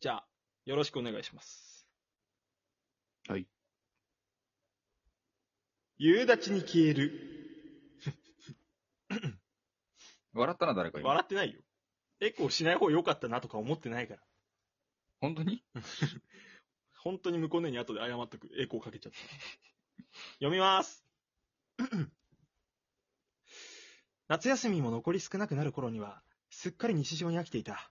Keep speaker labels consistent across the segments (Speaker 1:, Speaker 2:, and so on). Speaker 1: じゃあ、よろしくお願いします。
Speaker 2: はい。
Speaker 1: 夕立に消える。
Speaker 2: 笑ったな、誰か今。
Speaker 1: 笑ってないよ。エコーしない方が良かったなとか思ってないから。
Speaker 2: 本当に
Speaker 1: 本当に向こうのに後で謝っとく。エコーかけちゃった。 読みます。 夏休みも残り少なくなる頃には、すっかり日常に飽きていた。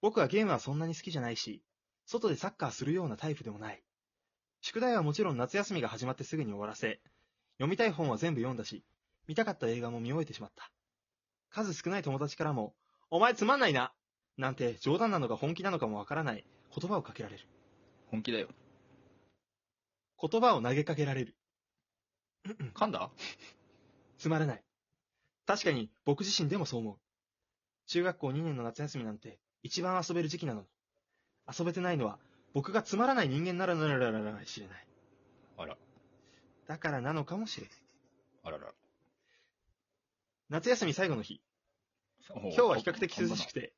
Speaker 1: 僕はゲームはそんなに好きじゃないし、外でサッカーするようなタイプでもない。宿題はもちろん夏休みが始まってすぐに終わらせ、読みたい本は全部読んだし、見たかった映画も見終えてしまった。数少ない友達からも、お前つまんないななんて冗談なのか本気なのかもわからない言葉をかけられる。
Speaker 2: 本気だよ。
Speaker 1: 言葉を投げかけられる。
Speaker 2: 噛んだ
Speaker 1: つまらない。確かに僕自身でもそう思う。中学校2年の夏休みなんて一番遊べる時期なのに。遊べてないのは僕がつまらない人間ならならならない知れない。
Speaker 2: あら。
Speaker 1: だからなのかもしれない。
Speaker 2: あらら。
Speaker 1: 夏休み最後の日。
Speaker 2: 今
Speaker 1: 今日は比較的涼しく
Speaker 2: て。
Speaker 1: て。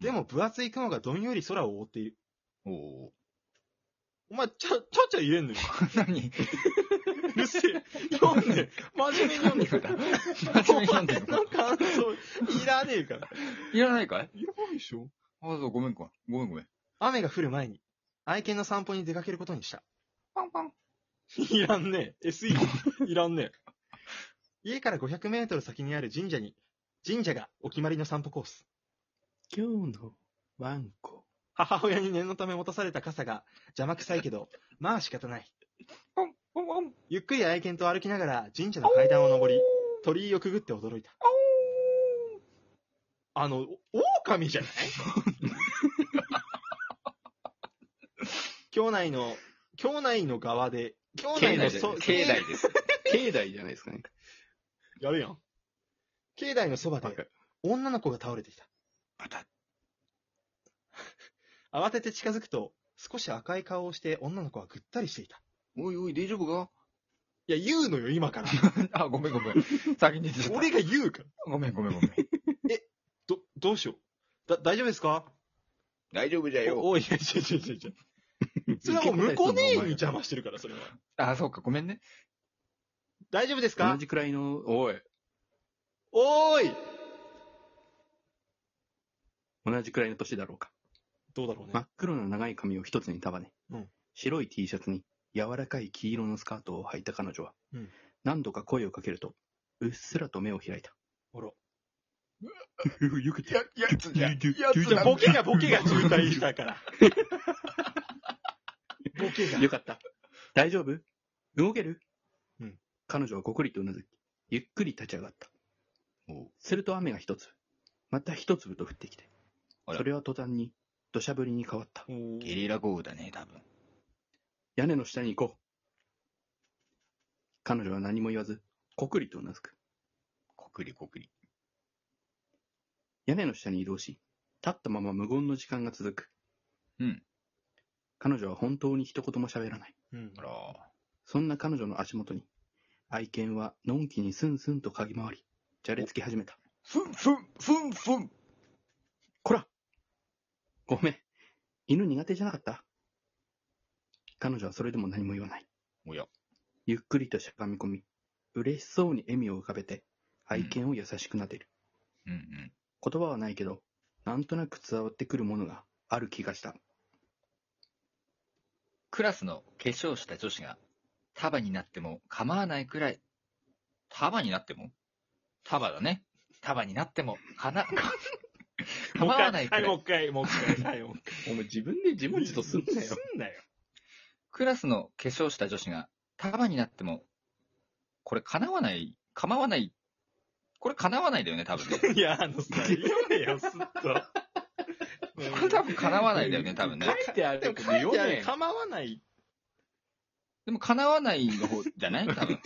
Speaker 1: でも分厚い雲がどんより空を覆っている。
Speaker 2: おお
Speaker 1: お前、ちょ、ちょちょ言え んのよ。
Speaker 2: ー。何
Speaker 1: うるせえ。読んで。真面目に読んでくれ。
Speaker 2: 真面目に読んでる
Speaker 1: お前
Speaker 2: の
Speaker 1: の感想、いらねえから。
Speaker 2: いらないかい
Speaker 1: いらないでしょ
Speaker 2: あ、そう、ごめんか。ごめんごめん。
Speaker 1: 雨が降る前に、愛犬の散歩に出かけることにした。
Speaker 2: パンパン。
Speaker 1: いらんねえ。SE いらんねえ。家から500メートル先にある神社に、神社がお決まりの散歩コース。
Speaker 3: 今日のワンコ。
Speaker 1: 母親に念のため持たされた傘が邪魔くさいけど、まあ仕方ない。
Speaker 2: ポン、ポン、ポン。
Speaker 1: ゆっくり愛犬と歩きながら神社の階段を上り、鳥居をくぐって驚いた。あの、お狼 じゃない兄弟の、兄弟の側で、兄弟
Speaker 3: 境内
Speaker 1: の
Speaker 3: で
Speaker 1: そ、
Speaker 3: 境内です。境内じゃないですかね。
Speaker 1: やるやん。境内のそば
Speaker 3: バカ
Speaker 1: で、女の子が倒れていた。
Speaker 3: また。
Speaker 1: 慌てて近づくと、少し赤い顔をして女の子はぐったりしていた。
Speaker 3: おいおい、大丈夫か
Speaker 1: いや、言うのよ、今 から。
Speaker 2: あ、ごめんごめん。先に出てた。
Speaker 1: 俺が言うから。
Speaker 2: ごめんごめんごめん。
Speaker 1: ど、どうしよう。だ、大丈夫ですか
Speaker 3: 大丈夫じゃ
Speaker 1: お。おい、いや、ちょちょちょちょ。それはもう向こうねに邪魔してるから、それは。
Speaker 2: あ、そうか、ごめんね。
Speaker 1: 大丈夫です
Speaker 3: 同
Speaker 1: か
Speaker 3: じくらいの、
Speaker 2: おい。
Speaker 1: おーい
Speaker 3: 同じくらいの年だろうか。
Speaker 1: どうだろう
Speaker 3: 真
Speaker 1: ね
Speaker 3: っ。黒な長い髪を一つに束ね、
Speaker 1: うん
Speaker 3: 白い T シャツに柔らかい黄色のスカートを履いた彼女は、
Speaker 1: うん
Speaker 3: 何度か声をかけると、うっすらと目を開いた。
Speaker 1: ほら。
Speaker 3: よけて。
Speaker 2: やつ
Speaker 3: じゃんやつ
Speaker 1: じゃ
Speaker 3: だ
Speaker 1: あボケがボケが渋滞した から。ボケが。
Speaker 3: よかった。大丈夫動ける
Speaker 1: うん。
Speaker 3: 彼女はごくりとうなずき、ゆっくり立ち上がった。
Speaker 2: おう
Speaker 3: すると雨が一粒、また一粒と降ってきて
Speaker 2: あ、ら
Speaker 3: それは途端に土砂降りに変わった。
Speaker 1: お
Speaker 2: ゲ
Speaker 1: ー
Speaker 2: リラ豪雨だね、多分。
Speaker 3: 屋根の下に行こう。彼女は何も言わず、こくりとうなずく。
Speaker 2: こくりこくり。
Speaker 3: 屋根の下に移動し、立ったまま無言の時間が続く。
Speaker 2: うん。
Speaker 3: 彼女は本当に一言も喋らない。
Speaker 1: うん
Speaker 2: あら
Speaker 3: そんな彼女の足元に、愛犬はのんきにスンスンと嗅ぎ回り、じゃれつき始めた。
Speaker 2: ふんふん、ふんふん。
Speaker 3: こらごめん。犬苦手じゃなかった彼女はそれでも何も言わない。
Speaker 2: おや。
Speaker 3: ゆっくりとしゃがみ込み、嬉しそうに笑みを浮かべて、愛犬を優しくなでる。
Speaker 2: うんうん。
Speaker 3: 言葉はないけど、なんとなく伝わってくるものがある気がした。
Speaker 2: クラスの化粧した女子が、束になっても構わないくらい、束になっても束だね。束になっても、か な、構わないく
Speaker 1: はい、
Speaker 2: ら
Speaker 1: もう
Speaker 2: い。
Speaker 1: 一回、もう一回、はい、もう一回。
Speaker 3: お前自分で自
Speaker 1: す。んなよ。
Speaker 2: クラスの化粧した女子が、束になっても、これ叶わない、構わない、これ叶わないだよね、多分
Speaker 1: い
Speaker 2: ね。
Speaker 1: や、あのさ、読めよ、すっと。
Speaker 2: これ多分叶わないだよね、多分ね。
Speaker 3: 書いてあ
Speaker 1: でも書いてある、構わない。
Speaker 2: でも叶わないの方じゃない多分。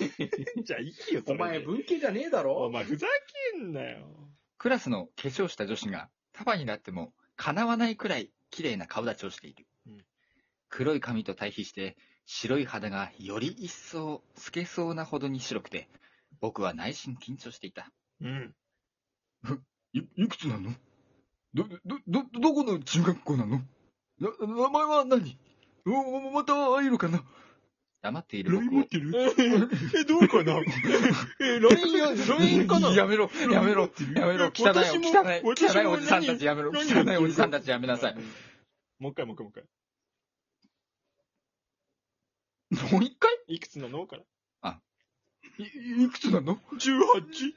Speaker 1: じゃあ、いいよ、それで。
Speaker 3: 文系じゃねえだ
Speaker 1: お前、ふざけんなよ。
Speaker 2: クラスの化粧した女子が束になっても叶わないくらい綺麗な顔立ちをしている。
Speaker 1: うん
Speaker 2: 黒い髪と対比して白い肌がより一層透けそうなほどに白くて、僕は内心緊張していた。
Speaker 1: うん。
Speaker 2: い、いくつなのど、ど、ど、どこの中学校なのな、名前は何お、また会えるかな黙っている僕を。
Speaker 3: てる
Speaker 1: え、どうか なえ、LINE や、LINE かな
Speaker 2: やめろ、やめろ、やめろ、汚い、汚
Speaker 1: 私
Speaker 2: い、
Speaker 1: も私も
Speaker 2: 汚いおじさんたちやめろ、
Speaker 1: 何何
Speaker 2: 汚いおじさんたちやめなさい。
Speaker 1: もう一回、もう一回、もう一回。
Speaker 2: もう一回
Speaker 1: いくつなのから。
Speaker 2: い、いくつなの
Speaker 1: 18?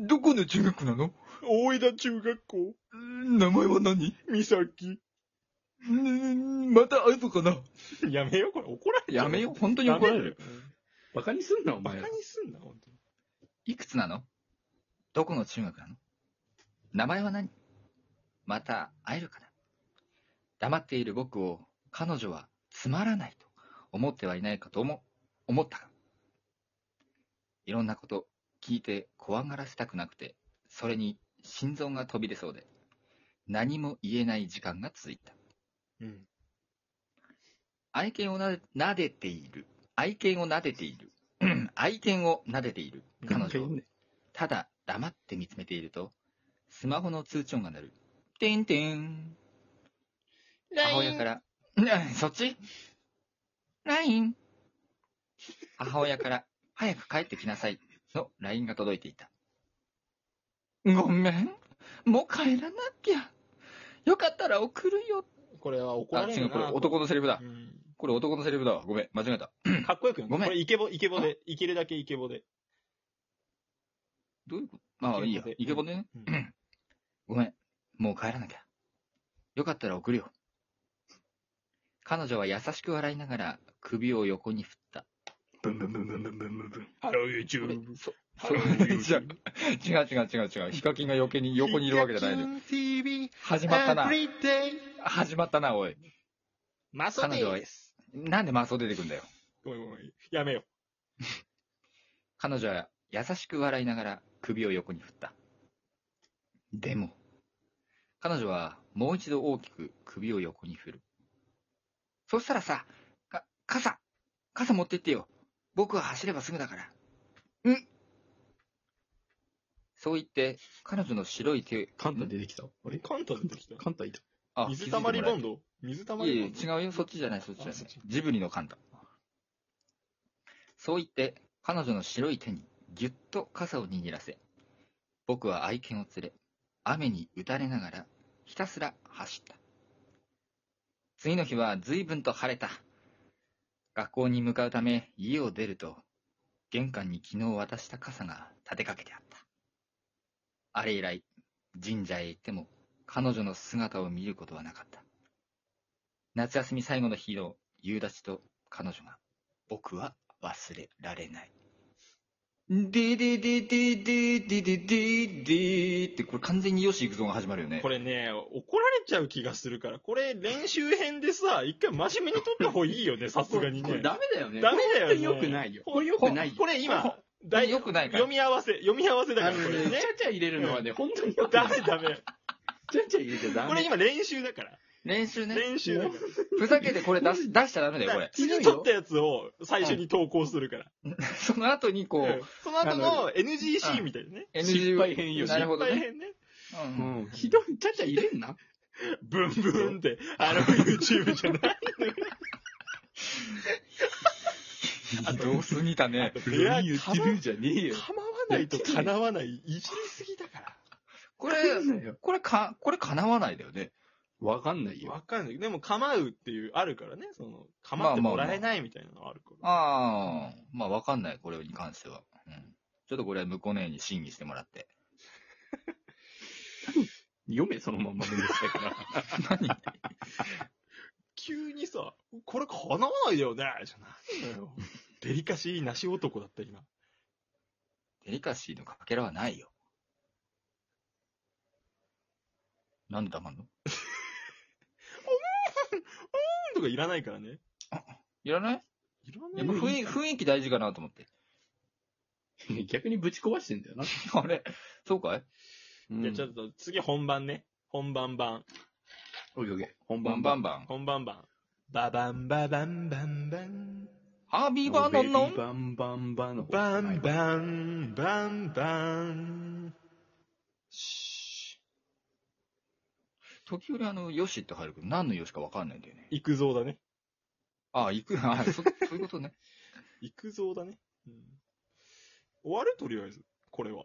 Speaker 2: えどこの中学なの
Speaker 1: 大江田中学校
Speaker 2: 名前は何
Speaker 1: 美咲。
Speaker 2: また会えるかな
Speaker 1: やめよ、これ怒られる。
Speaker 2: やめよ、本当に怒られる。
Speaker 3: バカにすんな、お
Speaker 1: バカ
Speaker 3: 前。
Speaker 1: にすんな、本当に。
Speaker 2: いくつなのどこの中学なの名前は何また会えるかな黙っている僕を彼女はつまらないと思ってはいないかと思思ったがいろんなこと聞いて怖がらせたくなくてそれに心臓が飛び出そうで何も言えない時間が続いた
Speaker 1: うん。
Speaker 2: 愛犬をなで撫でている愛犬を撫でている愛犬を撫でている彼
Speaker 3: 一回
Speaker 2: 女を
Speaker 3: 読んで
Speaker 2: ただ黙って見つめていると、スマホの通知音が鳴る。てんてん。母親から、 なそっち ?LINE。母親から、早く帰ってきなさい。の LINE が届いていた。ごめん。もう帰らなきゃ。よかったら送るよ。
Speaker 1: これは怒
Speaker 2: あ、
Speaker 1: られ
Speaker 2: 違
Speaker 1: る
Speaker 2: う、これ
Speaker 1: な。
Speaker 2: 男のセリフだ。
Speaker 1: う
Speaker 2: これ男のセリフだわ。ごめん、間違えた。
Speaker 1: んかっこよく言う
Speaker 2: ごめん
Speaker 1: これイケボ、イケボで。イケるだけイケボで。
Speaker 2: どういうことまあいい
Speaker 1: イケ
Speaker 2: や
Speaker 1: ボで。
Speaker 2: イケボでね。
Speaker 1: うん
Speaker 2: ごめん、もう帰らなきゃ。よかったら送るよ。彼女は優しく笑いながら首を横に振った。
Speaker 3: ブンブンブンブンブンブンブンブン。
Speaker 1: ハロー
Speaker 2: これ
Speaker 1: YouTube。
Speaker 2: そ
Speaker 1: ハ
Speaker 2: そう
Speaker 1: ロー YouTube
Speaker 2: 違う違う違う違う。ヒカキンが余計に横にいるわけじゃないのよ。
Speaker 1: TV
Speaker 2: 始まったな。
Speaker 1: Everyday
Speaker 2: 始まったな、おい。
Speaker 1: マソデ
Speaker 2: 彼女は
Speaker 1: です。
Speaker 2: なんでマスオ出てくんだよ。
Speaker 1: ごめんごめん。やめよ。
Speaker 2: 彼女は優しく笑いながら首を横に振った。でも、彼女はもう一度大きく首を横に振る。そしたらさ、か、傘傘持ってってよ僕は走ればすぐだから。んそう言って、彼女の白い手、
Speaker 3: カンタ出てきた。あれ
Speaker 1: カンタ出てきた。
Speaker 3: カンタいた。
Speaker 2: あ
Speaker 1: 水溜りボン
Speaker 2: ド
Speaker 1: ド水溜
Speaker 2: い
Speaker 1: り
Speaker 2: え
Speaker 1: ボ
Speaker 2: い
Speaker 1: ンド
Speaker 2: え、違うよ。そっちじゃない、そっちじゃない
Speaker 1: あそっち。
Speaker 2: ジブリのカンタ。そう言って、彼女の白い手にぎゅっと傘を握らせ、僕は愛犬を連れ、雨に打たれながら、ひたすら走った。次の日は随分と晴れた。学校に向かうため家を出ると、玄関に昨日渡した傘が立てかけてあった。あれ以来、神社へ行っても彼女の姿を見ることはなかった。夏休み最後の日の夕立と彼女が、僕は忘れられない。でででででででででって、これ完全によし行くぞが始まるよね。
Speaker 1: これね、怒られちゃう気がするから、これ練習編でさ、一回真面目に撮った方がいいよね、さすがに
Speaker 3: これ
Speaker 1: ね。
Speaker 3: ダメだよね。
Speaker 1: ダメだよね。
Speaker 3: これ本当に良くないよ。
Speaker 1: これ
Speaker 3: 良くないよ。
Speaker 1: これ今、
Speaker 2: こ
Speaker 1: だ
Speaker 2: れ
Speaker 1: い
Speaker 2: 良くないから
Speaker 1: 読。み合わせ、読み合わせだか
Speaker 3: あ
Speaker 1: ら、
Speaker 3: の
Speaker 1: これ
Speaker 3: ね、
Speaker 1: ね
Speaker 3: ち。ゃちゃ入れるのはね、本当に良くな
Speaker 1: ダ
Speaker 3: い。
Speaker 1: メダメ。
Speaker 3: ちゃちゃ入れちゃダメ。
Speaker 1: これ今練習だから。
Speaker 2: 練習ね。
Speaker 1: 練習だから。
Speaker 2: ふざけてこれ出し、出しちゃダメだよ、これ。
Speaker 1: 次撮ったやつを最初に投稿するから。
Speaker 2: その後にこ
Speaker 1: うん
Speaker 2: う、
Speaker 1: その後
Speaker 3: あ
Speaker 1: の NGC みたいなね。
Speaker 2: NG
Speaker 3: 失敗編よ
Speaker 2: なるほど
Speaker 1: 失敗
Speaker 2: ね。
Speaker 1: 編ね。
Speaker 2: う
Speaker 3: うんん。ひどい、ちゃちゃ入れんな。
Speaker 1: ブンブンって、あの YouTube じゃない。
Speaker 2: ひどすぎたね。
Speaker 1: いや
Speaker 3: 言ってるんじゃねえよ。
Speaker 1: 構わないと叶わない。いじりすぎだか
Speaker 2: これ、これか、これ叶わないだよね。
Speaker 3: わかんない
Speaker 1: ら。
Speaker 3: よ。
Speaker 1: わかんない。でも構うっていう、あるからね。その、構ってもらえないみたいなのあるから。
Speaker 2: ああ、まあわかんない、これに関しては。うん。ちょっとこれは向こうのに審議してもらって。
Speaker 3: 読め、そのまんまめんどくさいから。
Speaker 2: 何
Speaker 1: 急にさ、これ叶わないだよねじゃないの よ。デリカシーなし男だった今。
Speaker 2: デリカシーのかけらはないよ。なんで黙んの
Speaker 1: とかいらないからね。
Speaker 2: いらない
Speaker 1: いら
Speaker 2: やっ
Speaker 1: な
Speaker 2: ぱ
Speaker 1: い。
Speaker 2: 雰囲雰囲気大事かなと思って。
Speaker 3: 逆にぶち壊してんだよな。
Speaker 2: あれそうかい
Speaker 1: じゃあちょっと次本番ね。本番版。
Speaker 3: おいおいおい本
Speaker 2: バン
Speaker 3: 番
Speaker 2: バン
Speaker 3: 番。
Speaker 2: バン。
Speaker 1: 本番版。ババンババンバンバン。
Speaker 2: ハービーバーノンノン
Speaker 3: バンバンバンの方
Speaker 1: バンバン、バンバン。
Speaker 2: 時折あの、よしって入るけど、何のよしかわかんないんだよね。
Speaker 1: 行くぞだね。
Speaker 2: ああ、行く、ああ、そ、そういうことね。
Speaker 1: 行くぞだね。うん。終わるとりあえず、これは。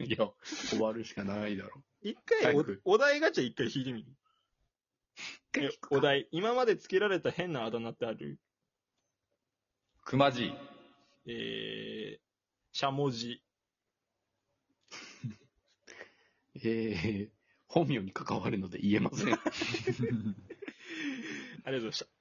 Speaker 3: いや、終わるしかないだろ。
Speaker 1: 一回お
Speaker 3: 早く、
Speaker 1: お題ガチャ一回引いてみる。
Speaker 3: 一回
Speaker 1: え
Speaker 3: 引くか
Speaker 1: お題、今までつけられた変なあだ名ってある
Speaker 2: くま じい。
Speaker 1: えー、しゃもじ。
Speaker 3: えー、本名に関わるので言えませ
Speaker 1: あり
Speaker 3: ん。
Speaker 1: がとうございました。